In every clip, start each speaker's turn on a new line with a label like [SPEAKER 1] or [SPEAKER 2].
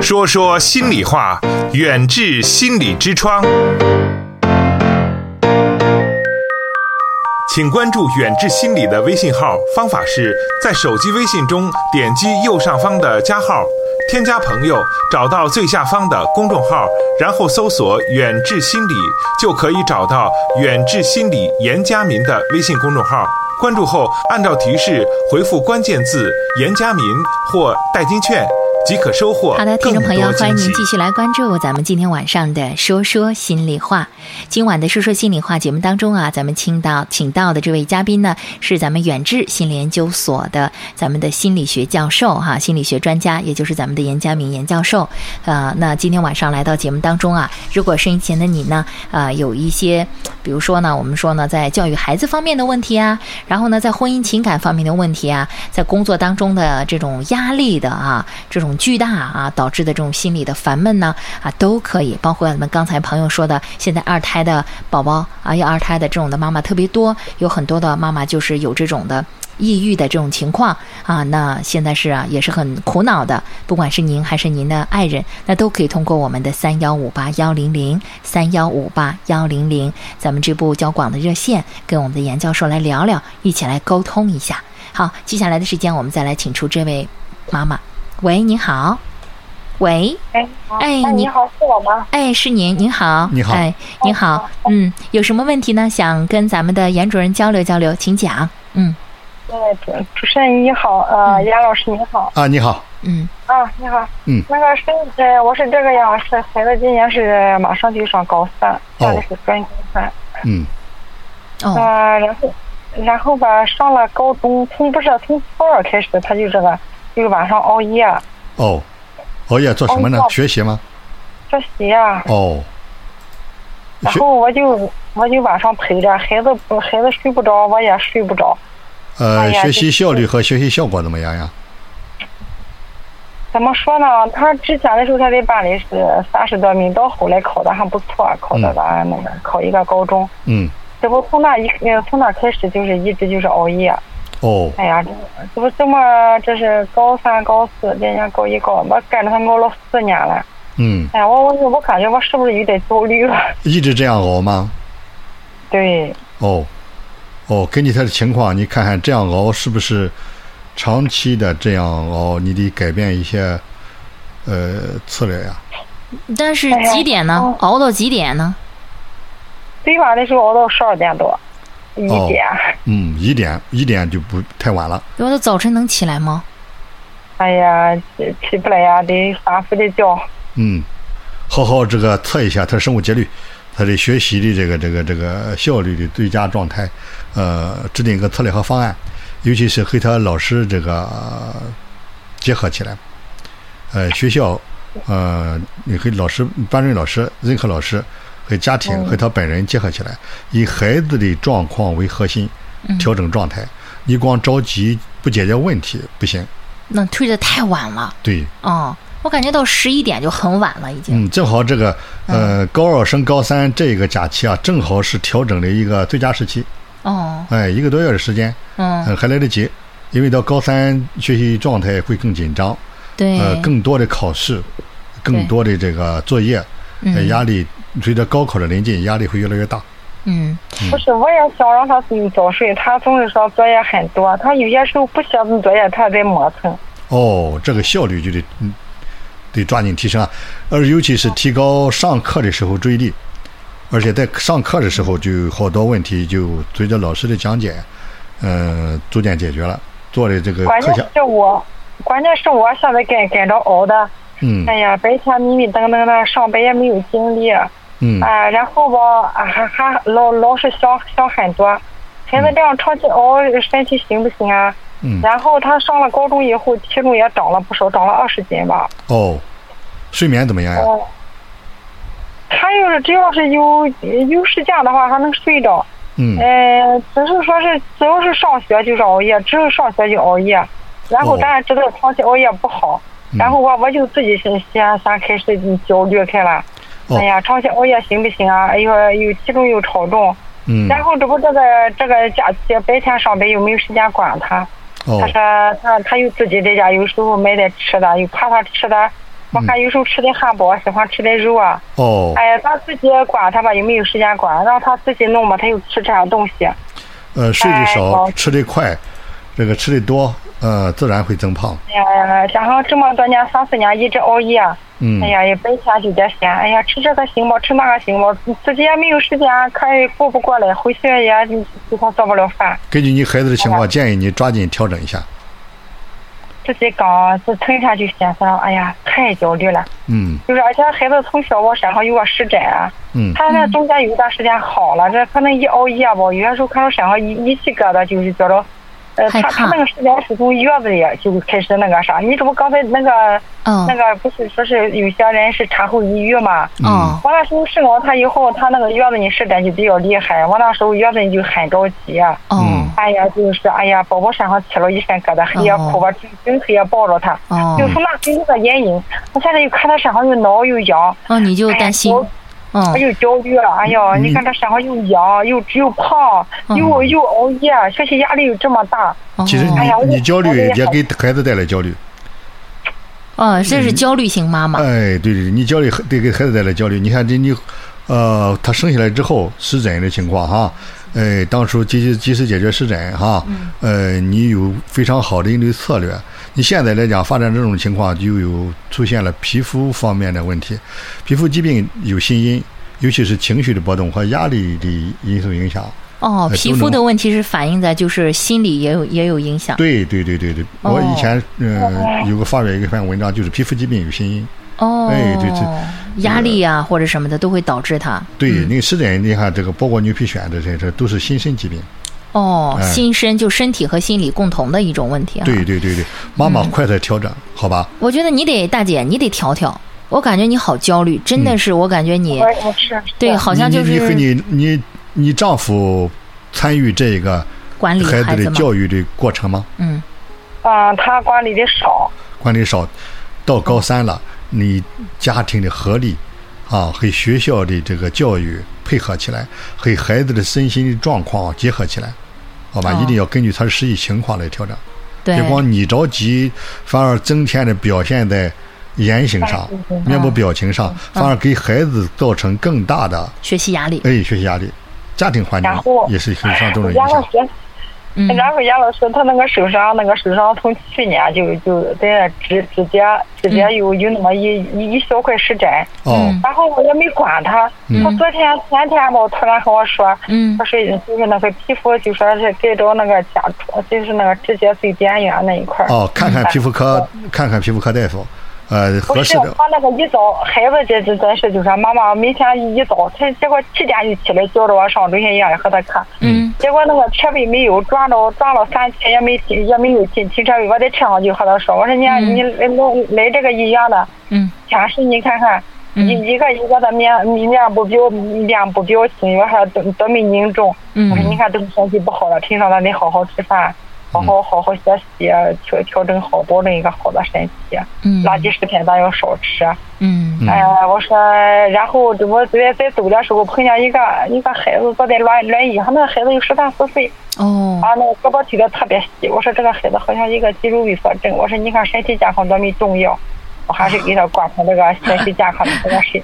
[SPEAKER 1] 说说心里话，远至心理之窗。请关注远志心理的微信号，方法是在手机微信中点击右上方的加号，添加朋友，找到最下方的公众号，然后搜索“远志心理”，就可以找到远志心理严家民的微信公众号。关注后，按照提示回复关键字“严家民”或“代金券”，即可收获
[SPEAKER 2] 好的，听众朋友
[SPEAKER 1] 更，多
[SPEAKER 2] 欢迎
[SPEAKER 1] 惊喜
[SPEAKER 2] 您继续来关注咱们今天晚上的《说说心里话》。今晚的《说说心里话》节目当中啊，咱们请到请到的这位嘉宾呢，是咱们远志心理研究所的咱们的心理学教授哈、心理学专家，也就是咱们的严家明严教授。呃，那今天晚上来到节目当中啊，如果收音前的你呢，呃，有一些，比如说呢，我们说呢，在教育孩子方面的问题啊，然后呢，在婚姻情感方面的问题啊，在工作当中的这种压力的啊，这种巨大啊导致的这种心理的烦闷呢啊，都可以，包括咱们刚才朋友说的，现在二胎的宝宝啊，要二胎的这种的妈妈特别多，有很多的妈妈就是有这种的。抑郁的这种情况啊，那现在是啊，也是很苦恼的。不管是您还是您的爱人，那都可以通过我们的三幺五八幺零零三幺五八幺零零，咱们这部交广的热线，跟我们的严教授来聊聊，一起来沟通一下。好，接下来的时间我们再来请出这位妈妈。喂，你好。喂，
[SPEAKER 3] 哎，好
[SPEAKER 2] 哎你
[SPEAKER 3] 你好，是我吗？
[SPEAKER 2] 哎，是您，您好，
[SPEAKER 4] 你好
[SPEAKER 2] 哎，您好，嗯，有什么问题呢？想跟咱们的严主任交流交流，请讲。嗯
[SPEAKER 3] 对，呃主主持人你好，呃，
[SPEAKER 2] 嗯
[SPEAKER 3] 杨老师你好
[SPEAKER 4] 啊，你好，
[SPEAKER 2] 嗯
[SPEAKER 3] 啊，你好，
[SPEAKER 4] 嗯
[SPEAKER 3] 那个是，呃，我是这个样，是孩子今年是马上就上高三，上的是专科三，
[SPEAKER 4] 嗯
[SPEAKER 2] 哦
[SPEAKER 3] 呃，然后，然后吧，上了高中，从不是从初二开始，他就这个，就是晚上熬夜
[SPEAKER 4] 哦，熬夜做什么呢
[SPEAKER 3] 哦？
[SPEAKER 4] 学习吗？
[SPEAKER 3] 学习呀，
[SPEAKER 4] 哦，
[SPEAKER 3] 啊然
[SPEAKER 4] 学
[SPEAKER 3] 后我就我就晚上陪着孩子，孩子睡不着，我也睡不着，哎
[SPEAKER 4] 呃，
[SPEAKER 3] 呀
[SPEAKER 4] 学
[SPEAKER 3] 这
[SPEAKER 4] 习效率和学习效果怎么样呀？
[SPEAKER 3] 怎么说呢？他之前的时候他在班里是三十多名，到后来考的还不错，考的咱那个考一个高中。
[SPEAKER 4] 嗯，
[SPEAKER 3] 这不从那一呃从那开始就是一直就是熬夜，
[SPEAKER 4] 哦，
[SPEAKER 3] 哎呀，这这不这么这是高三高四，今年高一高，我跟着他熬了四年了。
[SPEAKER 4] 嗯，
[SPEAKER 3] 哎呀，我我我感觉我是不是有点焦虑了？
[SPEAKER 4] 一直这样熬吗？
[SPEAKER 3] 对，
[SPEAKER 4] 哦，哦，根据他的情况，你看看这样熬是不是长期的这样熬？你得改变一些呃策略呀。
[SPEAKER 2] 但是
[SPEAKER 3] 哎呀
[SPEAKER 2] 几点呢
[SPEAKER 3] 哦？
[SPEAKER 2] 熬到几点呢？
[SPEAKER 3] 最晚的时候熬到十二点多，一
[SPEAKER 4] 哦
[SPEAKER 3] 点。
[SPEAKER 4] 嗯，一点一点就不太晚了。
[SPEAKER 2] 我说早晨能起来吗？
[SPEAKER 3] 哎呀，起起不来呀，得反复的叫。
[SPEAKER 4] 嗯，好好这个测一下他的生活节律，他的学习的这个这个这个效率的最佳状态，呃，制定一个策略和方案，尤其是和他老师这个、呃结合起来，呃，学校，呃，你和老师、班主任老师、任课老师和家庭和他本人结合起来，以孩子的状况为核心调整状态。你光着急不解决问题不行，
[SPEAKER 2] 那推的太晚了。
[SPEAKER 4] 对。
[SPEAKER 2] 哦，我感觉到十一点就很晚了，已经。
[SPEAKER 4] 嗯，正好这个呃
[SPEAKER 2] 嗯
[SPEAKER 4] 高二升高三这个假期啊，正好是调整的一个最佳时期，
[SPEAKER 2] 哦，
[SPEAKER 4] 哎，一个多月的时间，
[SPEAKER 2] 嗯，
[SPEAKER 4] 呃，还来得及，因为到高三学习状态会更紧张，
[SPEAKER 2] 对，
[SPEAKER 4] 呃，更多的考试，更多的这个作业，呃，
[SPEAKER 2] 嗯
[SPEAKER 4] 压力随着高考的临近，压力会越来越大。
[SPEAKER 2] 嗯，
[SPEAKER 3] 不是，我也想让他嗯早睡，他总是说作业很多，他有些时候不写作业，他在磨蹭。
[SPEAKER 4] 哦，这个效率就得嗯得抓紧提升啊，而尤其是提高上课的时候注意力，而且在上课的时候就好多问题就随着老师的讲解，呃，逐渐解决了，做的这个
[SPEAKER 3] 关
[SPEAKER 4] 课
[SPEAKER 3] 键
[SPEAKER 4] 下，
[SPEAKER 3] 是我，关键是我现在跟跟着熬的，
[SPEAKER 4] 嗯
[SPEAKER 3] 哎呀，白天迷迷瞪瞪的，上班也没有精力，啊、
[SPEAKER 4] 嗯
[SPEAKER 3] 然后吧，啊还还老老是想想很多，孩子这样长期熬，身体行不行啊？
[SPEAKER 4] 嗯，
[SPEAKER 3] 然后他上了高中以后，体重也长了不少，长了二十斤吧。
[SPEAKER 4] 哦，睡眠怎么样呀？
[SPEAKER 3] 哦，他要是只要是有有时间的话，还能睡着。
[SPEAKER 4] 嗯，
[SPEAKER 3] 呃，只是说是只要是上学就是熬夜，只有上学就熬夜，然后
[SPEAKER 4] 哦嗯
[SPEAKER 3] 咱也知道长期熬夜不好，然后我我就自己先先先开始焦虑开了。
[SPEAKER 4] 哦
[SPEAKER 3] 哎呀，长期熬夜行不行啊？哎呦，又体重又超重，
[SPEAKER 4] 嗯，
[SPEAKER 3] 然后这不这个这个假期白天上班又没有时间管他，
[SPEAKER 4] 哦
[SPEAKER 3] 他，说他他又自己在家，有时候买点吃的，又怕他吃的
[SPEAKER 4] 嗯
[SPEAKER 3] 我还有时候吃点汉堡，喜欢吃点肉啊。
[SPEAKER 4] 哦，
[SPEAKER 3] 哎呀，他自己管他吧，也没有时间管，让他自己弄吧，他又吃这样东西。
[SPEAKER 4] 呃，睡得
[SPEAKER 3] 哎
[SPEAKER 4] 少，
[SPEAKER 3] 好
[SPEAKER 4] 吃得快，这个吃得多，呃，自然会增胖。
[SPEAKER 3] 哎呀，加上这么多年三四年一直熬夜，
[SPEAKER 4] 嗯
[SPEAKER 3] 哎呀也白天就得闲，哎呀吃这个行吧，吃那个行吧，自己也没有时间，看也顾不过来，回去也给他做不了饭，
[SPEAKER 4] 根据你孩子的
[SPEAKER 3] 哎
[SPEAKER 4] 情况，建议你抓紧调整一下。
[SPEAKER 3] 自己刚自从前就嫌烦，哎呀太焦虑了，
[SPEAKER 4] 嗯
[SPEAKER 3] 就是而且孩子从小我身上有个湿疹啊，
[SPEAKER 4] 嗯
[SPEAKER 3] 他那中间有一段时间好了，这可能一熬夜吧，有些时候看到身上一一起疙瘩，就是觉着，呃，
[SPEAKER 2] 害
[SPEAKER 3] 他
[SPEAKER 2] 怕
[SPEAKER 3] 他那个时间是从月子里就开始那个啥，你这不刚才那个、
[SPEAKER 2] 嗯
[SPEAKER 3] 那个不是说是有些人是产后抑郁嘛？
[SPEAKER 2] 哦，
[SPEAKER 3] 我那时候生了他以后，他那个月子里湿疹就比较厉害，我那时候月子里就很着急。
[SPEAKER 4] 嗯
[SPEAKER 2] 哦，
[SPEAKER 3] 哎呀，就是哎呀，宝宝身上起了一身疙瘩，黑夜哭吧，整整黑夜抱着他，
[SPEAKER 4] 嗯
[SPEAKER 2] 哦
[SPEAKER 3] 就从那给那个阴影，我现在又看他身上又挠又痒，
[SPEAKER 2] 哦，你就
[SPEAKER 3] 哎呀
[SPEAKER 2] 担心
[SPEAKER 3] 我，
[SPEAKER 2] 嗯
[SPEAKER 3] 哎，呦，焦虑了！哎呀，
[SPEAKER 4] 嗯
[SPEAKER 3] 你看他身上又痒，又又胖，
[SPEAKER 2] 嗯
[SPEAKER 3] 又又熬夜，学习压力又这么大。
[SPEAKER 2] 哦
[SPEAKER 4] 其实
[SPEAKER 3] 哎呀我
[SPEAKER 4] 你你焦虑
[SPEAKER 3] 我也
[SPEAKER 4] 也
[SPEAKER 3] 好
[SPEAKER 4] 给孩子带来焦虑。
[SPEAKER 2] 哦，这
[SPEAKER 4] 嗯
[SPEAKER 2] 是焦虑型妈妈，
[SPEAKER 4] 哎，对对对，你焦虑得给孩子带来焦虑。你看这你，呃，他生下来之后湿疹的情况哈，哎，当初及时及时解决湿疹哈，
[SPEAKER 3] 嗯
[SPEAKER 4] 呃，你有非常好的应对策略。你现在来讲发展这种情况，就有出现了皮肤方面的问题，皮肤疾病有心因，尤其是情绪的波动和压力的因素影响。
[SPEAKER 2] 哦，
[SPEAKER 4] 哎
[SPEAKER 2] 皮
[SPEAKER 4] 都
[SPEAKER 2] 肤
[SPEAKER 4] 能
[SPEAKER 2] 的问题是反映在就是心理也有也有影响，
[SPEAKER 4] 对对对对对，
[SPEAKER 3] 哦
[SPEAKER 4] 我以前呃有个发表一篇文章，就是皮肤疾病有心因。
[SPEAKER 2] 哦，
[SPEAKER 4] 哎对
[SPEAKER 2] 压力啊或者什么的都会导致它，
[SPEAKER 4] 对，那个湿疹，你看这个包括牛皮癣这些，这都是新生疾病。
[SPEAKER 2] 哦，
[SPEAKER 4] 哎
[SPEAKER 2] 心身就身体和心理共同的一种问题啊。
[SPEAKER 4] 对对对对，妈妈快点调整，好吧？
[SPEAKER 2] 我觉得你得大姐，你得调调。我感觉你好焦虑，真的是，我感觉你、
[SPEAKER 3] 我哎我是
[SPEAKER 2] 对，好像就
[SPEAKER 4] 嗯你你你和
[SPEAKER 2] 是
[SPEAKER 4] 你你你丈夫参与这个
[SPEAKER 2] 管理
[SPEAKER 4] 孩
[SPEAKER 2] 孩
[SPEAKER 4] 子
[SPEAKER 2] 子
[SPEAKER 4] 的
[SPEAKER 2] 嘛。
[SPEAKER 4] 教育的过程吗？
[SPEAKER 2] 嗯，
[SPEAKER 3] 嗯，他管理的少，
[SPEAKER 4] 管理少，到高三了，你家庭的合力啊和学校的这个教育配合起来，和孩子的身心的状况结合起来，好吧？
[SPEAKER 2] 哦
[SPEAKER 4] 一定要根据他的实际情况来调整。
[SPEAKER 2] 对
[SPEAKER 4] 别，光你着急，反而增添的表现在言行上、面部表情
[SPEAKER 3] 嗯
[SPEAKER 4] 上，反而给孩子造成更大的
[SPEAKER 2] 学习压力。
[SPEAKER 4] 哎学习压力。家庭环境
[SPEAKER 3] 然后
[SPEAKER 4] 嗯也是很上重的影
[SPEAKER 3] 杨老
[SPEAKER 4] 响。
[SPEAKER 3] 师，
[SPEAKER 2] 嗯，
[SPEAKER 3] 然后杨老师他那个手伤，那个手伤从去年就就在指指甲指甲有有那么一一一小块湿疹，
[SPEAKER 4] 哦
[SPEAKER 2] 嗯，
[SPEAKER 3] 然后我也没管他。他昨天前天吧，突然跟我说，
[SPEAKER 2] 嗯
[SPEAKER 3] 他说就是那个皮肤就说是盖到那个甲床，就是那个指甲最边缘那一块儿。
[SPEAKER 4] 哦，看看皮肤科，看看皮肤科大夫，呃，合
[SPEAKER 3] 嗯不
[SPEAKER 4] 适
[SPEAKER 3] 是
[SPEAKER 4] 的
[SPEAKER 3] 他那个一早，孩子这这真是就说妈妈明天一早，他结果七点就起来叫着我上中心医院和他看，
[SPEAKER 2] 嗯，
[SPEAKER 3] 结果那个车位没有，转了转了三天也没停也没有停停车位，我在车上就和他说，我说你看、你来来这个医院的，
[SPEAKER 2] 嗯，
[SPEAKER 3] 全是你看看。
[SPEAKER 2] 嗯
[SPEAKER 3] 一一个一个的面面部表面部表情，我说多多么凝重。
[SPEAKER 2] 嗯
[SPEAKER 3] 我说你看都是身体不好了，平常咱得好好吃饭，
[SPEAKER 2] 嗯
[SPEAKER 3] 好好好好学习，调调整好，保证一个好的身体。
[SPEAKER 2] 嗯
[SPEAKER 3] 垃圾食品咱要少吃。
[SPEAKER 2] 嗯
[SPEAKER 4] 嗯
[SPEAKER 3] 哎、我说，然后我在在走的时候碰见一个一个孩子坐在轮轮椅上，那个孩子有十三四岁，
[SPEAKER 2] 哦
[SPEAKER 3] 啊，那个胳膊腿的特别细。我说这个孩子好像一个肌肉萎缩症。我说你看身体健康多么重要，我还是给他管成这个学习健康的这个事。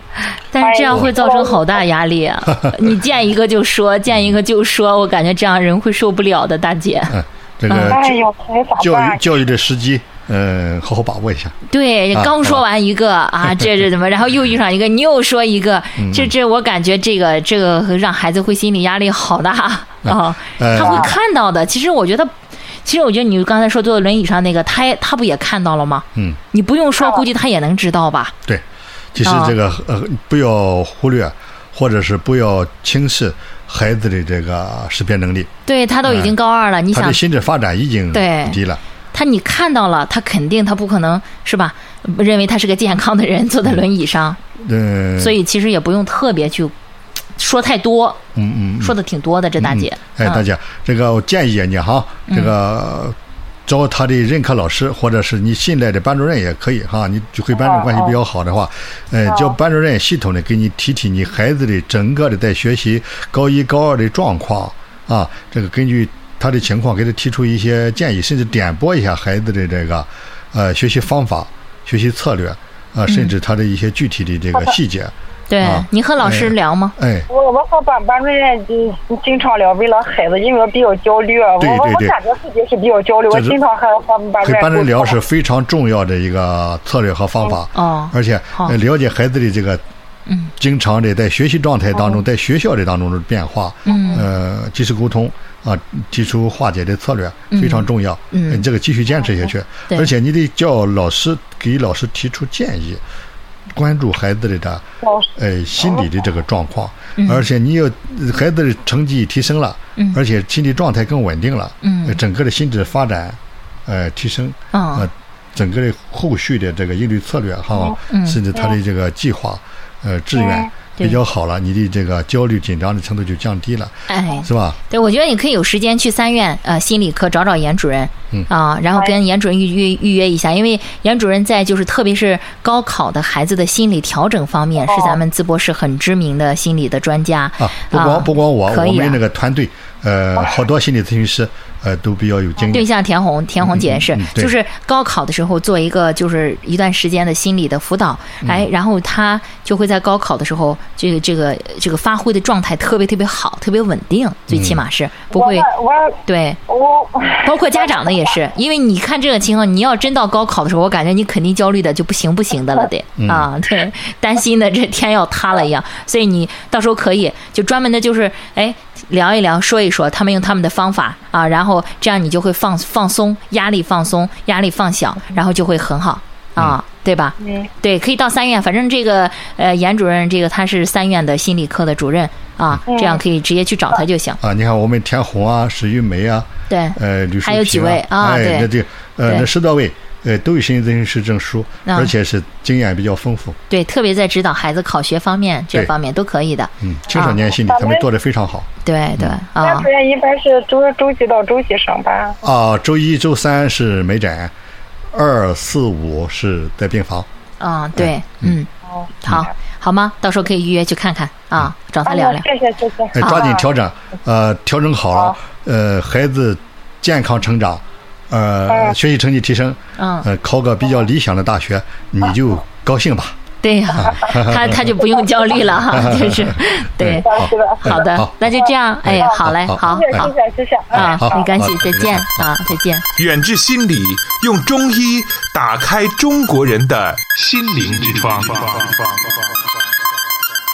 [SPEAKER 2] 但是这样会造成好大压力啊！ 你见一个就说，见一个就说，我感觉这样人会受不了的，大姐。
[SPEAKER 4] 嗯，这个
[SPEAKER 3] 哎呦，孩子咋
[SPEAKER 4] 教
[SPEAKER 3] 办
[SPEAKER 4] 育？教育的时机，呃，好好把握一下。
[SPEAKER 2] 对，
[SPEAKER 4] 啊
[SPEAKER 2] 刚说完一 个啊，这这怎么？然后又遇上一个，你又说一个，
[SPEAKER 4] 嗯
[SPEAKER 2] 这这我感觉这个这个让孩子会心理压力好大啊，
[SPEAKER 4] 呃
[SPEAKER 2] 他会看到的。其实我觉得，其实我觉得你刚才说坐在轮椅上那个，他也他不也看到了吗？
[SPEAKER 4] 嗯，
[SPEAKER 2] 你不用说，估计他也能知道吧？
[SPEAKER 4] 对，其实
[SPEAKER 3] 哦
[SPEAKER 4] 这个呃，不要忽略，或者是不要轻视孩子的这个识别能力，
[SPEAKER 2] 对他都已经高二了，你
[SPEAKER 4] 嗯他
[SPEAKER 2] 想
[SPEAKER 4] 的心智发展已经
[SPEAKER 2] 对
[SPEAKER 4] 不低了。
[SPEAKER 2] 他你看到了，他肯定他不可能是吧？认为他是个健康的人坐在轮椅上，
[SPEAKER 4] 嗯，
[SPEAKER 2] 所以其实也不用特别去说太多，
[SPEAKER 4] 嗯嗯，嗯
[SPEAKER 2] 说的挺多的。这大姐，
[SPEAKER 4] 哎，
[SPEAKER 2] 嗯
[SPEAKER 4] 大姐，这个我建议你哈，这个找他的任课老师或者是你信赖的班主任也可以哈。你就和班主任关系比较好的
[SPEAKER 2] 哦
[SPEAKER 4] 话，呃，叫班主任系统的给你提提你孩子的整个的在学习高一高二的状况啊，这个根据他的情况给他提出一些建议，甚至点拨一下孩子的这个呃学习方法、学习策略。
[SPEAKER 2] 嗯
[SPEAKER 4] 啊，甚至他的一些具体的这个细节。
[SPEAKER 2] 对
[SPEAKER 4] 啊，
[SPEAKER 2] 你和老师聊吗？
[SPEAKER 4] 哎，
[SPEAKER 3] 我我和班班主任嗯经常聊，为了孩子，因为我比较焦虑，啊我
[SPEAKER 4] 对
[SPEAKER 3] 我我
[SPEAKER 4] 对对
[SPEAKER 3] 感觉自己是比较焦虑，我
[SPEAKER 4] 这是
[SPEAKER 3] 经常和和班主
[SPEAKER 4] 和
[SPEAKER 3] 任
[SPEAKER 4] 班主任聊
[SPEAKER 3] 沟通
[SPEAKER 4] 是非常重要的一个策略和方法。
[SPEAKER 2] 哦
[SPEAKER 4] 而且
[SPEAKER 2] 好
[SPEAKER 4] 呃了解孩子的这个，
[SPEAKER 2] 嗯，哦
[SPEAKER 4] 经常的在学习状态当中，在学校的当中的变化，
[SPEAKER 2] 嗯
[SPEAKER 4] 呃，及时沟通啊，提出化解的策略非常重要。
[SPEAKER 2] 嗯
[SPEAKER 4] 呃你这个继续坚持下去，
[SPEAKER 2] 对
[SPEAKER 4] 而且你得叫老师给老师提出建议，关注孩子的这
[SPEAKER 3] 老师
[SPEAKER 4] 呃心理的这个状况，
[SPEAKER 2] 嗯
[SPEAKER 4] 而且你要孩子的成绩提升了，
[SPEAKER 2] 嗯
[SPEAKER 4] 而且心理状态更稳定了，
[SPEAKER 2] 嗯
[SPEAKER 4] 呃整个的心智发展呃提升，
[SPEAKER 2] 嗯
[SPEAKER 4] 呃，整个的后续的这个应对策略哈，
[SPEAKER 2] 嗯哦
[SPEAKER 4] 甚至他的这个计划，呃，志愿
[SPEAKER 2] 对
[SPEAKER 4] 比较好了，你的这个焦虑紧张的程度就降低了，
[SPEAKER 2] 哎，
[SPEAKER 4] 是吧？
[SPEAKER 2] 对，我觉得你可以有时间去三院呃心理科找找严主任，
[SPEAKER 4] 嗯
[SPEAKER 2] 啊，然后跟严主任预约预约一下，因为严主任在就是特别是高考的孩子的心理调整方面，是咱们淄博市很知名的心理的专家
[SPEAKER 4] 哦啊，不光、不光我，
[SPEAKER 2] 可
[SPEAKER 4] 我
[SPEAKER 2] 以
[SPEAKER 4] 们
[SPEAKER 2] 啊
[SPEAKER 4] 那个团队，呃，好多心理咨询师，呃，都比较有经
[SPEAKER 2] 对
[SPEAKER 4] 验。
[SPEAKER 2] 像田红，田红姐也是，
[SPEAKER 4] 嗯嗯对
[SPEAKER 2] 就是高考的时候做一个就是一段时间的心理的辅导，
[SPEAKER 4] 嗯
[SPEAKER 2] 哎，然后她就会在高考的时候，这个这个这个发挥的状态特别特别好，特别稳定，最
[SPEAKER 4] 嗯
[SPEAKER 2] 起码是不会、
[SPEAKER 3] 我
[SPEAKER 2] 对。
[SPEAKER 3] 我我
[SPEAKER 2] 包括家长的也是，因为你看这个情况，你要真到高考的时候，我感觉你肯定焦虑的就不行不行的了得、啊， 对，担心的这天要塌了一样。所以你到时候可以就专门的，就是哎聊一聊，说一说，他们用他们的方法啊，然后这样你就会放放松，压力放松，压力放小，然后就会很好啊。对吧？
[SPEAKER 3] 嗯，
[SPEAKER 2] 对，可以到三院，反正这个呃，严主任这个他是三院的心理科的主任啊，这样可以直接去找他就行。
[SPEAKER 4] 啊，你看我们田红啊、史玉梅啊，
[SPEAKER 2] 对，
[SPEAKER 4] 呃，吕淑
[SPEAKER 2] 还有几
[SPEAKER 4] 萍
[SPEAKER 2] 位啊对
[SPEAKER 4] 哎，那这呃
[SPEAKER 2] 对
[SPEAKER 4] 那十多位，呃，都有心理咨询师证书，
[SPEAKER 2] 啊
[SPEAKER 4] 而且是经验比较丰富。
[SPEAKER 2] 对，特别在指导孩子考学方面这
[SPEAKER 4] 对
[SPEAKER 2] 方面都可以的。
[SPEAKER 4] 嗯，青少年心理
[SPEAKER 3] 啊
[SPEAKER 4] 他们做的非常好
[SPEAKER 2] 对对
[SPEAKER 3] 班
[SPEAKER 2] 啊
[SPEAKER 3] 主，任一般是周周几到周几上班？
[SPEAKER 4] 啊。周一、周三是门诊，二四五是在病房。
[SPEAKER 2] 嗯，对，嗯，
[SPEAKER 3] 哦，
[SPEAKER 2] 好，好吗？到时候可以预约去看看啊，找他
[SPEAKER 3] 哎
[SPEAKER 2] 聊
[SPEAKER 3] 呀
[SPEAKER 2] 聊。
[SPEAKER 3] 谢谢谢啊谢，
[SPEAKER 4] 哎，抓
[SPEAKER 2] 啊
[SPEAKER 4] 紧调整，呃，调整好了
[SPEAKER 3] 好，
[SPEAKER 4] 呃，孩子健康成长，呃，
[SPEAKER 3] 嗯
[SPEAKER 4] 学习成绩提升，
[SPEAKER 2] 嗯
[SPEAKER 4] 呃，考个比较理想的大学，你就高兴吧。哎
[SPEAKER 2] 对呀、 他他就不用焦虑了哈，就是对，
[SPEAKER 3] 好是的，
[SPEAKER 2] 好的
[SPEAKER 4] 好，
[SPEAKER 2] 那就这样，哎，好嘞，
[SPEAKER 4] 好
[SPEAKER 2] 好
[SPEAKER 3] 谢谢
[SPEAKER 2] 好
[SPEAKER 3] 谢谢谢谢，哎
[SPEAKER 2] 啊
[SPEAKER 4] 好，
[SPEAKER 2] 没关系
[SPEAKER 4] 好，
[SPEAKER 2] 再见啊，再见。
[SPEAKER 1] 远志心理用中医打开中国人的心灵之窗。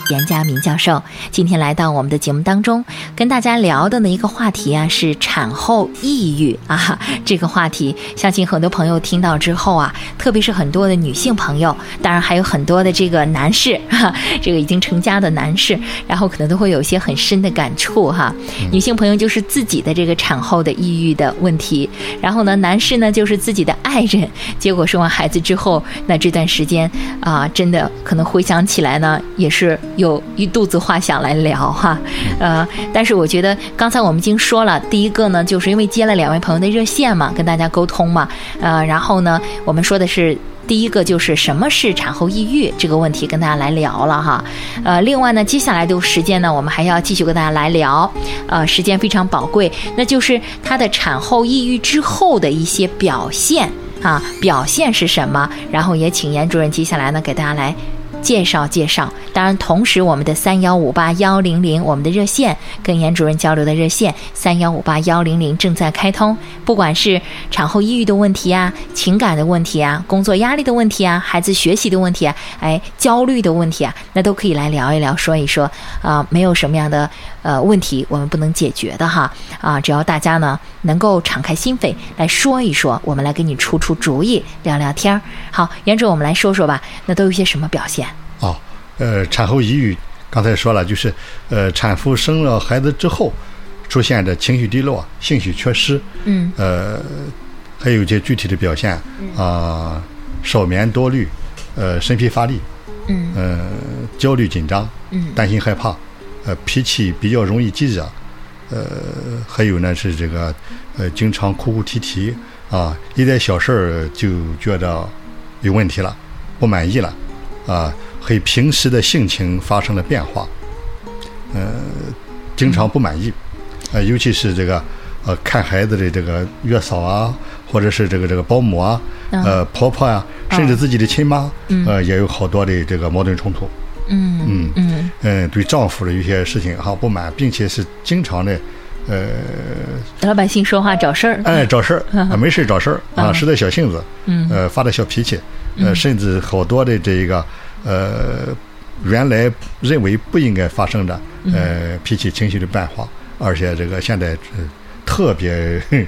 [SPEAKER 2] 严家明教授今天来到我们的节目当中，跟大家聊的呢一个话题啊是产后抑郁啊。 这个话题，相信很多朋友听到之后啊，特别是很多的女性朋友，当然还有很多的这个男士， 哈、这个已经成家的男士，然后可能都会有一些很深的感触哈、女性朋友就是自己的这个产后的抑郁的问题，然后呢，男士呢就是自己的爱人，结果生完孩子之后，那这段时间啊、真的可能回想起来呢，也是有一肚子话想来聊哈。呃，但是我觉得刚才我们已经说了，第一个呢，就是因为接了两位朋友的热线嘛，跟大家沟通嘛，呃，然后呢，我们说的是。第一个就是什么是产后抑郁这个问题，跟大家来聊了哈。呃，另外呢，接下来的时间呢，我们还要继续跟大家来聊，呃，时间非常宝贵，那就是她的产后抑郁之后的一些表现啊，表现是什么？然后也请严主任接下来呢，给大家来。介绍介绍，当然，同时我们的三幺五八幺零零我们的热线跟严主任交流的热线三幺五八幺零零正在开通，不管是产后抑郁的问题啊、情感的问题啊、工作压力的问题啊、孩子学习的问题啊、哎焦虑的问题啊，那都可以来聊一聊、说一说啊、没有什么样的呃问题我们不能解决的哈啊，只要大家呢能够敞开心扉来说一说，我们来给你出出主意、聊聊天儿。好，严主任，我们来说说吧，那都有些什么表现？
[SPEAKER 4] 啊，呃，产后抑郁，刚才说了，就是呃，产妇生了孩子之后出现的情绪低落、兴趣缺失，
[SPEAKER 2] 嗯
[SPEAKER 4] 呃，还有一些具体的表现啊、少眠多虑，呃，身疲乏力，
[SPEAKER 2] 嗯
[SPEAKER 4] 呃，焦虑紧张，
[SPEAKER 2] 嗯
[SPEAKER 4] 担心害怕，呃，脾气比较容易激惹，呃，还有呢是这个呃，经常哭哭啼啼啊，一点小事儿就觉得有问题了，不满意了，啊，和平时的性情发生了变化，呃，经常不满意，呃，尤其是这个呃，看孩子的这个月嫂啊，或者是这个这个保姆啊，呃，婆婆啊，甚至自己的亲妈，呃，也有好多的这个矛盾冲突。
[SPEAKER 2] 嗯嗯
[SPEAKER 4] 嗯，对丈夫的一些事情哈不满，并且是经常的，呃，
[SPEAKER 2] 老百姓说话找事儿。
[SPEAKER 4] 哎找 事儿、啊，没事找事儿
[SPEAKER 2] 嗯
[SPEAKER 4] 啊，实在小性子，呃，发点小脾气，呃，甚至好多的这个呃，原来认为不应该发生的
[SPEAKER 2] 嗯
[SPEAKER 4] 呃脾气情绪的变化，而且这个现在、呃、特别 哼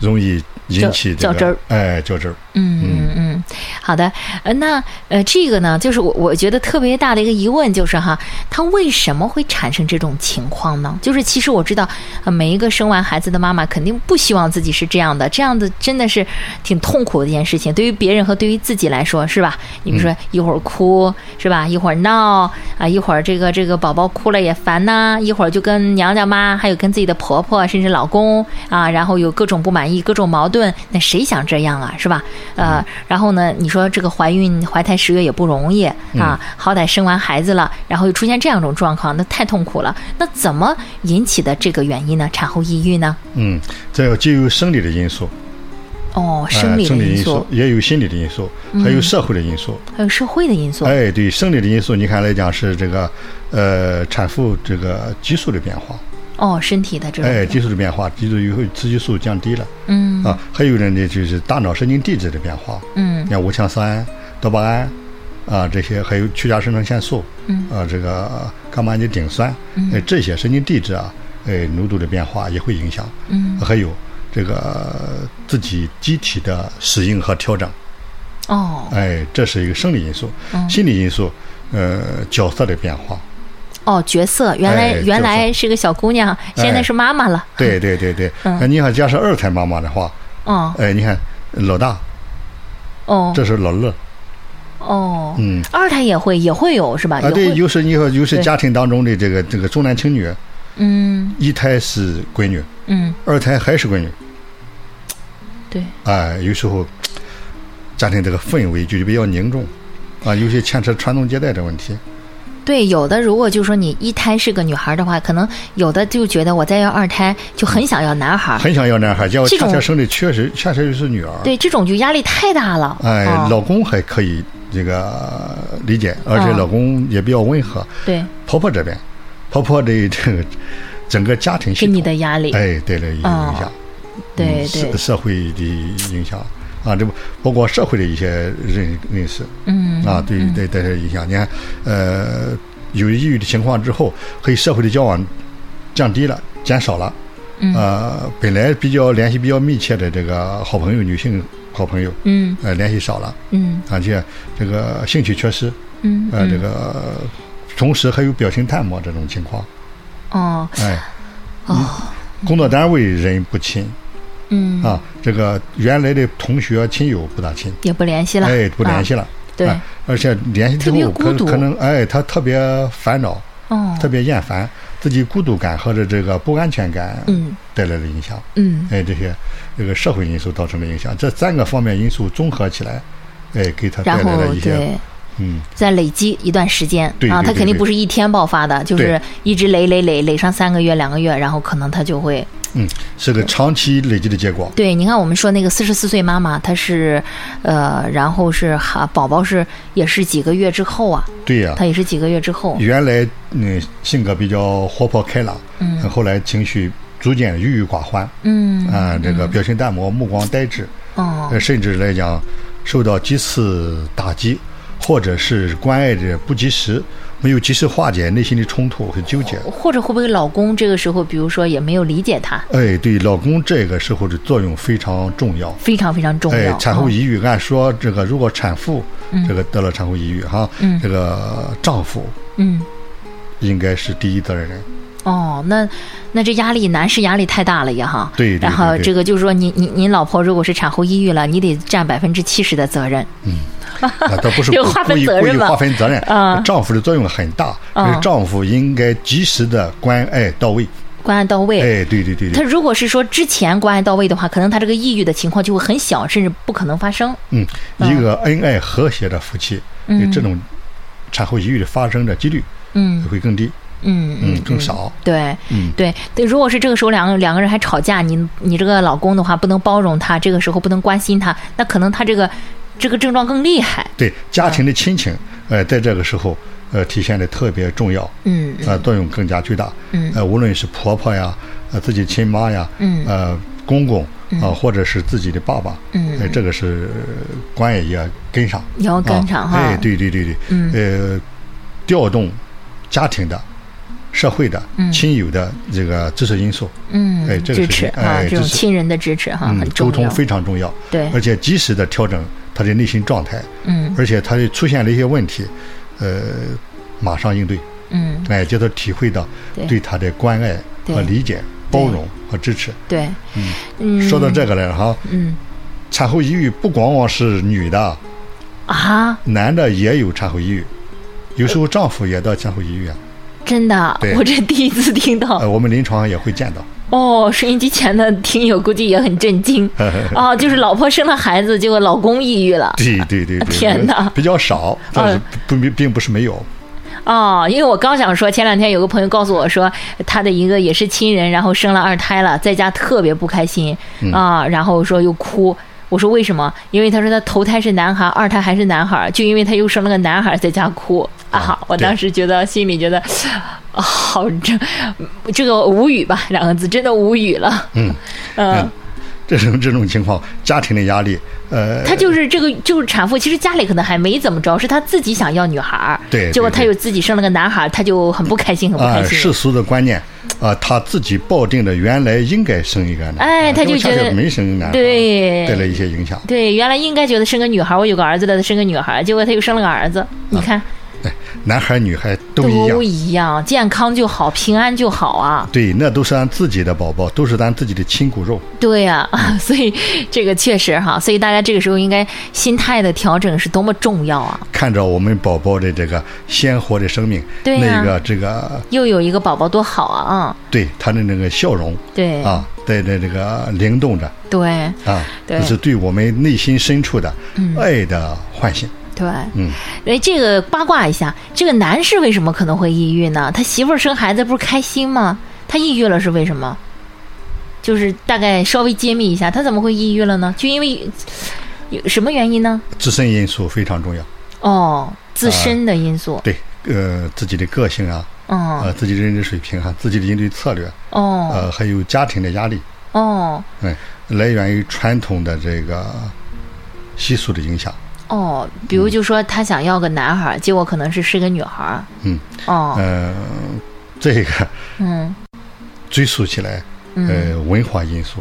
[SPEAKER 4] 容易引起这
[SPEAKER 2] 较较真儿
[SPEAKER 4] 个哎较真儿，
[SPEAKER 2] 嗯嗯嗯，好的，呃，那呃，这个呢，就是我我觉得特别大的一个疑问就是哈，他为什么会产生这种情况呢？就是其实我知道，呃每一个生完孩子的妈妈肯定不希望自己是这样的，这样的真的是挺痛苦的一件事情，对于别人和对于自己来说，是吧？你比如说一会儿哭是吧，一会儿闹啊，一会儿这个这个宝宝哭了也烦呐、一会儿就跟娘家妈，还有跟自己的婆婆甚至老公啊，然后有各种不满意，各种矛盾，那谁想这样啊，是吧？
[SPEAKER 4] 嗯
[SPEAKER 2] 呃，然后呢，你说这个怀孕怀胎十月也不容易
[SPEAKER 4] 嗯
[SPEAKER 2] 啊，好歹生完孩子了，然后又出现这样一种状况，那太痛苦了。那怎么引起的这个原因呢？产后抑郁呢？
[SPEAKER 4] 嗯，这要基于生理的因素，
[SPEAKER 2] 哦，
[SPEAKER 4] 哎
[SPEAKER 2] 生理的
[SPEAKER 4] 生理
[SPEAKER 2] 因
[SPEAKER 4] 因
[SPEAKER 2] 素，嗯
[SPEAKER 4] 也有心理的因素，还有社会的因素。
[SPEAKER 2] 还有社会的因素。
[SPEAKER 4] 哎，对，生理的因素，你看来讲是这个，呃，产妇这个激素的变化，
[SPEAKER 2] 哦，身体的这种。
[SPEAKER 4] 哎，激素的变化，激素以后雌激素降低了
[SPEAKER 2] 嗯
[SPEAKER 4] 啊，还有人呢就是大脑神经递质的变化，
[SPEAKER 2] 嗯
[SPEAKER 4] 你看五羟色胺、多巴胺啊这些，还有去甲肾上腺素，
[SPEAKER 2] 嗯
[SPEAKER 4] 啊这个伽马氨基顶酸，哎这些神经递质啊，哎浓度的变化也会影响，啊
[SPEAKER 2] 嗯，
[SPEAKER 4] 还有这个呃自己机体的适应和调整。
[SPEAKER 2] 哦
[SPEAKER 4] 哎，这是一个生理因素，
[SPEAKER 2] 嗯
[SPEAKER 4] 心理因素，呃，角色的变化。
[SPEAKER 2] 哦，角色原来、
[SPEAKER 4] 哎
[SPEAKER 2] 原
[SPEAKER 4] 角哎
[SPEAKER 2] 来是个小姑娘，现在是妈妈了。
[SPEAKER 4] 对对对对，
[SPEAKER 2] 嗯
[SPEAKER 4] 哎你看加上二胎妈妈的话，
[SPEAKER 2] 哦
[SPEAKER 4] 哎，你看老大，
[SPEAKER 2] 哦
[SPEAKER 4] 这是老二，
[SPEAKER 2] 哦，
[SPEAKER 4] 嗯，
[SPEAKER 2] 二胎也会也会哎有是吧？
[SPEAKER 4] 啊，
[SPEAKER 2] 也
[SPEAKER 4] 对，
[SPEAKER 2] 会
[SPEAKER 4] 有时你说有时
[SPEAKER 2] 对
[SPEAKER 4] 家庭当中的这个这个重男轻女，
[SPEAKER 2] 嗯
[SPEAKER 4] 一胎是闺女，
[SPEAKER 2] 嗯
[SPEAKER 4] 二胎还是闺女，
[SPEAKER 2] 对。
[SPEAKER 4] 哎，有时候家庭这个氛围就比较凝重，啊，有些牵扯传宗接代的问题，
[SPEAKER 2] 对，有的如果就说你一胎是个女孩儿的话，可能有的就觉得我再要二胎就很想要男孩儿。
[SPEAKER 4] 很想要男孩，结果
[SPEAKER 2] 啊这种
[SPEAKER 4] 恰恰生的确实恰恰就是女儿，
[SPEAKER 2] 对，这种就压力太大了。
[SPEAKER 4] 哎，
[SPEAKER 2] 哦
[SPEAKER 4] 老公还可以这个理解，而且
[SPEAKER 2] 哦
[SPEAKER 4] 老公也比较温和。
[SPEAKER 2] 对，
[SPEAKER 4] 婆婆这边，婆婆的这个整个家庭系
[SPEAKER 2] 给
[SPEAKER 4] 统，
[SPEAKER 2] 你的压力，
[SPEAKER 4] 哎，对了，有影响，
[SPEAKER 2] 对
[SPEAKER 4] 嗯
[SPEAKER 2] 对
[SPEAKER 4] 社，社会的影响啊，这不包括社会的一些认认识
[SPEAKER 2] 嗯
[SPEAKER 4] 啊，对对对这影响。你看，呃，有抑郁的情况之后，和社会的交往降低了，减少了。
[SPEAKER 2] 嗯
[SPEAKER 4] 呃，本来比较联系比较密切的这个好朋友，女性好朋友，
[SPEAKER 2] 嗯
[SPEAKER 4] 呃，联系少了，
[SPEAKER 2] 嗯
[SPEAKER 4] 而且这个兴趣缺失，
[SPEAKER 2] 嗯
[SPEAKER 4] 呃，这
[SPEAKER 2] 嗯，
[SPEAKER 4] 个同时还有表情淡漠这种情况，
[SPEAKER 2] 哦
[SPEAKER 4] 哎，嗯
[SPEAKER 2] 哦，
[SPEAKER 4] 工作单位人不亲
[SPEAKER 2] 嗯，
[SPEAKER 4] 啊，这个原来的同学亲友不咋亲，
[SPEAKER 2] 也不联系了，
[SPEAKER 4] 哎，不联系
[SPEAKER 2] 啊，
[SPEAKER 4] 了，
[SPEAKER 2] 对，
[SPEAKER 4] 哎而且联系之
[SPEAKER 2] 特别
[SPEAKER 4] 后
[SPEAKER 2] 孤
[SPEAKER 4] 可
[SPEAKER 2] 独
[SPEAKER 4] 可能哎，他特别烦恼，
[SPEAKER 2] 哦，
[SPEAKER 4] 特别厌烦，自己孤独感和这这个不安全感
[SPEAKER 2] 嗯
[SPEAKER 4] 带来的影响，
[SPEAKER 2] 嗯
[SPEAKER 4] 哎，这些这个社会因素造成的影响，这三个方面因素综合起来，哎，给他带
[SPEAKER 2] 然
[SPEAKER 4] 来
[SPEAKER 2] 后
[SPEAKER 4] 了一些
[SPEAKER 2] 对。
[SPEAKER 4] 嗯，
[SPEAKER 2] 再累积一段时间
[SPEAKER 4] 对
[SPEAKER 2] 啊，
[SPEAKER 4] 对
[SPEAKER 2] 他
[SPEAKER 4] 对
[SPEAKER 2] 肯定
[SPEAKER 4] 对
[SPEAKER 2] 不是一天爆发的，就是
[SPEAKER 4] 对
[SPEAKER 2] 一直累累累累上三个月两个月，然后可能他就会
[SPEAKER 4] 嗯，是个长期累积的结果。
[SPEAKER 2] 对，你看我们说那个四十四岁妈妈，她是，呃，然后是哈宝宝是也是几个月之后啊，
[SPEAKER 4] 对呀、
[SPEAKER 2] 她也是几个月之后，
[SPEAKER 4] 原来嗯性格比较活泼开朗，嗯，后来情绪逐渐郁郁寡欢，
[SPEAKER 2] 嗯，
[SPEAKER 4] 啊、这个表情淡漠，目光呆滞，
[SPEAKER 2] 哦
[SPEAKER 4] 呃，，甚至来讲受到几次打击，或者是关爱的不及时，没有及时化解内心的冲突和纠结。
[SPEAKER 2] 或者会不会老公这个时候，比如说也没有理解她，
[SPEAKER 4] 哎，对，老公这个时候的作用非常重要。
[SPEAKER 2] 非常非常重
[SPEAKER 4] 哎
[SPEAKER 2] 要。，
[SPEAKER 4] 产后
[SPEAKER 2] 哦
[SPEAKER 4] 抑郁，按说这个如果产妇这个得了产后抑郁哈，
[SPEAKER 2] 嗯
[SPEAKER 4] 这个丈夫
[SPEAKER 2] 嗯，
[SPEAKER 4] 应该是第一责任人。
[SPEAKER 2] 哦，那那这压力，男士压力太大了也哈。
[SPEAKER 4] 对对
[SPEAKER 2] 然后
[SPEAKER 4] 对对
[SPEAKER 2] 这个就是说你，你你老婆如果是产后抑郁了，你得占百分之七十的责任。
[SPEAKER 4] 啊，倒不是
[SPEAKER 2] 这个
[SPEAKER 4] 故
[SPEAKER 2] 划分
[SPEAKER 4] 故意
[SPEAKER 2] 责
[SPEAKER 4] 故
[SPEAKER 2] 任
[SPEAKER 4] 意
[SPEAKER 2] 了
[SPEAKER 4] 划分责任
[SPEAKER 2] 啊，
[SPEAKER 4] 丈夫的作用很大，
[SPEAKER 2] 啊
[SPEAKER 4] 而丈夫应该及时的关爱到位。
[SPEAKER 2] 关爱到位。
[SPEAKER 4] 哎，对对对
[SPEAKER 2] 他
[SPEAKER 4] 对，
[SPEAKER 2] 如果是说之前关爱到位的话，可能他这个抑郁的情况就会很小，甚至不可能发生。
[SPEAKER 4] 嗯，一个恩爱和谐的夫妻，
[SPEAKER 2] 嗯
[SPEAKER 4] 这种产后抑郁的发生的几率
[SPEAKER 2] 嗯
[SPEAKER 4] 会更低，
[SPEAKER 2] 嗯
[SPEAKER 4] 嗯，更少。
[SPEAKER 2] 对，
[SPEAKER 4] 嗯
[SPEAKER 2] 对对，如果是这个时候两个两个人还吵架，你你这个老公的话不能包容他，这个时候不能关心他，那可能他这个这个症状更厉害。
[SPEAKER 4] 对家庭的亲情，呃，在这个时候，呃，体现的特别重要，
[SPEAKER 2] 嗯
[SPEAKER 4] 呃，作用更加巨大，
[SPEAKER 2] 嗯
[SPEAKER 4] 呃，无论是婆婆呀，呃，自己亲妈呀，
[SPEAKER 2] 嗯
[SPEAKER 4] 呃，公公啊、或者是自己的爸爸，
[SPEAKER 2] 嗯
[SPEAKER 4] 呃，这个是呃官也要跟上，
[SPEAKER 2] 也要跟上
[SPEAKER 4] 啊
[SPEAKER 2] 哈
[SPEAKER 4] 哎，对对对对，
[SPEAKER 2] 嗯
[SPEAKER 4] 呃，调动家庭的。社会的、
[SPEAKER 2] 嗯
[SPEAKER 4] 亲友的这个支持因素，
[SPEAKER 2] 嗯，
[SPEAKER 4] 哎这
[SPEAKER 2] 支
[SPEAKER 4] 个是
[SPEAKER 2] 持啊，
[SPEAKER 4] 哎
[SPEAKER 2] 这种
[SPEAKER 4] 支持
[SPEAKER 2] 亲人的支持哈，
[SPEAKER 4] 嗯
[SPEAKER 2] 啊很，重
[SPEAKER 4] 沟
[SPEAKER 2] 要。
[SPEAKER 4] 通非常重要，
[SPEAKER 2] 对
[SPEAKER 4] 而且及时的调整他的内心状态，
[SPEAKER 2] 嗯
[SPEAKER 4] 而且他的出现了一些问题，呃，马上应对，
[SPEAKER 2] 嗯，
[SPEAKER 4] 哎，就他体会到
[SPEAKER 2] 对
[SPEAKER 4] 对他的关爱
[SPEAKER 2] 对
[SPEAKER 4] 和理解、
[SPEAKER 2] 对
[SPEAKER 4] 包容和支持。
[SPEAKER 2] 对，嗯，
[SPEAKER 4] 说到这个来了哈，
[SPEAKER 2] 嗯
[SPEAKER 4] 产后抑郁不光光是女的，
[SPEAKER 2] 啊，
[SPEAKER 4] 男的也有产后抑郁，有时候丈夫也得产后抑郁啊。
[SPEAKER 2] 真的
[SPEAKER 4] 对，
[SPEAKER 2] 我这第一次听到。
[SPEAKER 4] 呃，我们临床上也 会见到，
[SPEAKER 2] 哦，收音机前的听友估计也很震 惊啊！就是老婆生了孩子，结果老公抑郁了
[SPEAKER 4] 对对对对，
[SPEAKER 2] 天哪
[SPEAKER 4] 比较少，但是不不并不是没有，
[SPEAKER 2] 哦。因为我刚想说，前两天有个朋友告诉我说，他的一个也是亲人，然后生了二胎了，在家特别不开心
[SPEAKER 4] 嗯
[SPEAKER 2] 啊，然后说又哭。我说为什么？因为他说他头胎是男孩，二胎还是男孩，就因为他又生了个男孩，在家哭啊
[SPEAKER 4] 啊！
[SPEAKER 2] 我
[SPEAKER 4] 对
[SPEAKER 2] 当时觉得心里觉得， 啊好这这个无语吧，两个字真的无语了。
[SPEAKER 4] 嗯
[SPEAKER 2] 嗯
[SPEAKER 4] 嗯。这种这种情况，家庭的压力，呃，
[SPEAKER 2] 她就是这个，就是产妇。其实家里可能还没怎么着，是她自己想要女孩儿，
[SPEAKER 4] 对对
[SPEAKER 2] 结果她
[SPEAKER 4] 对
[SPEAKER 2] 又自己生了个男孩儿，她就很不开心，很不
[SPEAKER 4] 啊、
[SPEAKER 2] 开心。
[SPEAKER 4] 世俗的观念，啊、他自己抱定的原来应该生一个男孩，
[SPEAKER 2] 哎他
[SPEAKER 4] 结果
[SPEAKER 2] 就觉
[SPEAKER 4] 恰恰
[SPEAKER 2] 得
[SPEAKER 4] 没生男孩，啊
[SPEAKER 2] 对
[SPEAKER 4] 带来一些影响。
[SPEAKER 2] 对，原来应该觉得生个女孩儿，我有个儿子了，生个女孩儿，结果她又生了个儿子。你看，
[SPEAKER 4] 哎，男孩女孩都一样
[SPEAKER 2] 都，一样，健康就好，平安就好啊。
[SPEAKER 4] 对，那都是咱自己的宝宝，都是咱自己的亲骨肉。
[SPEAKER 2] 对呀、 所以这个确实哈，所以大家这个时候应该心态的调整是多么重要啊！
[SPEAKER 4] 看着我们宝宝的这个鲜活的生命，
[SPEAKER 2] 对呀
[SPEAKER 4] 那个这个
[SPEAKER 2] 又有一个宝宝多好啊啊！嗯
[SPEAKER 4] 对他的那个笑容
[SPEAKER 2] 对，
[SPEAKER 4] 啊，在这这个灵动着
[SPEAKER 2] 对，
[SPEAKER 4] 啊，
[SPEAKER 2] 对嗯
[SPEAKER 4] 这是对我们内心深处的爱的唤醒。
[SPEAKER 2] 对，
[SPEAKER 4] 嗯，
[SPEAKER 2] 哎，这个八卦一下，这个男士为什么可能会抑郁呢？他媳妇儿生孩子不是开心吗？他抑郁了是为什么？就是大概稍微揭秘一下，他怎么会抑郁了呢？就因为有什么原因呢？
[SPEAKER 4] 自身因素非常重要，
[SPEAKER 2] 哦，自身的因素，
[SPEAKER 4] 对，呃，自己的个性啊，呃，自己的认知水平啊，自己的应对策略，
[SPEAKER 2] 嗯，哦，
[SPEAKER 4] 呃，还有家庭的压力，
[SPEAKER 2] 哦，
[SPEAKER 4] 嗯，来源于传统的这个习俗的影响，
[SPEAKER 2] 哦，比如就说他想要个男孩儿，结果可能是是个女孩儿，
[SPEAKER 4] 嗯，
[SPEAKER 2] 哦，
[SPEAKER 4] 呃，这个
[SPEAKER 2] 嗯
[SPEAKER 4] 追溯起来，
[SPEAKER 2] 嗯，
[SPEAKER 4] 呃，文化因素，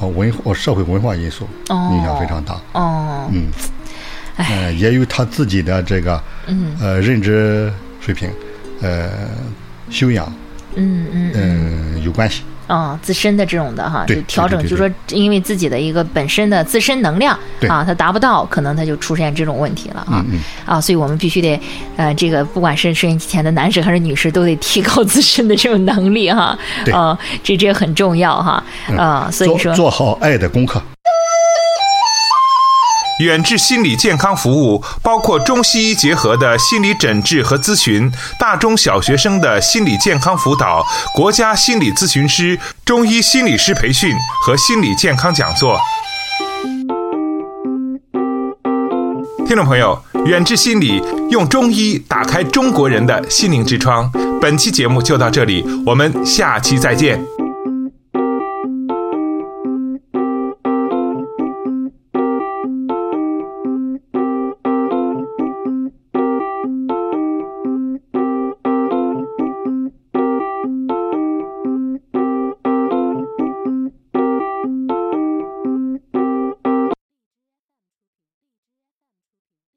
[SPEAKER 4] 啊、文化社会文化因素
[SPEAKER 2] 哦
[SPEAKER 4] 影响非常大，
[SPEAKER 2] 哦，
[SPEAKER 4] 嗯，呃，也有他自己的这个
[SPEAKER 2] 嗯
[SPEAKER 4] 呃认知水平，呃，修养，
[SPEAKER 2] 嗯嗯嗯。
[SPEAKER 4] 嗯、有关系，
[SPEAKER 2] 啊，自身的这种的哈，
[SPEAKER 4] 对
[SPEAKER 2] 就调整，
[SPEAKER 4] 对对
[SPEAKER 2] 就
[SPEAKER 4] 对
[SPEAKER 2] 说因为自己的一个本身的自身能量
[SPEAKER 4] 对
[SPEAKER 2] 啊，它达不到，可能它就出现这种问题了啊、
[SPEAKER 4] 嗯
[SPEAKER 2] 啊，所以我们必须得呃，这个不管是收音机前的男士还是女士，都得提高自身的这种能力哈，
[SPEAKER 4] 对嗯
[SPEAKER 2] 啊，这这很重要哈啊，所以
[SPEAKER 4] 做
[SPEAKER 2] 说
[SPEAKER 4] 做好爱的功课。
[SPEAKER 1] 远志心理健康服务包括中西医结合的心理诊治和咨询，大中小学生的心理健康辅导，国家心理咨询师、中医心理师培训和心理健康讲座。听众朋友，远志心理用中医打开中国人的心灵之窗。本期节目就到这里，我们下期再见。